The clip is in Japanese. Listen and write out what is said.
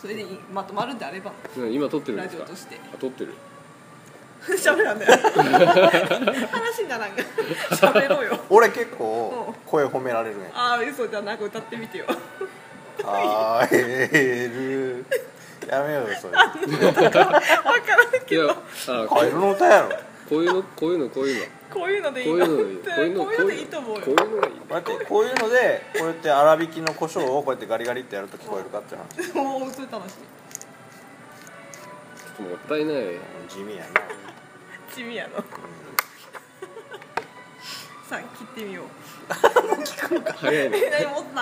それでいまとまるんであればうん今撮ってるんラでジすオかとしてあ撮ってる喋らんね話にならんが喋ろうよ俺結うん構声褒められるんや ああ嘘じゃなく歌ってみてよあーえるやめようよそれいや あカエルの歌やろこういうのこういうのこういうのこういうのでいこいうのいうのいいこういうのでいいと思うよこういうのがいい待ってこういうのでこうやって粗挽きの胡椒をこうやってガリガリってやると聞こえるかって話もうそれ楽しちょっともったいない地味やな、い地味やのさあ切ってみよう早いねえ何もっと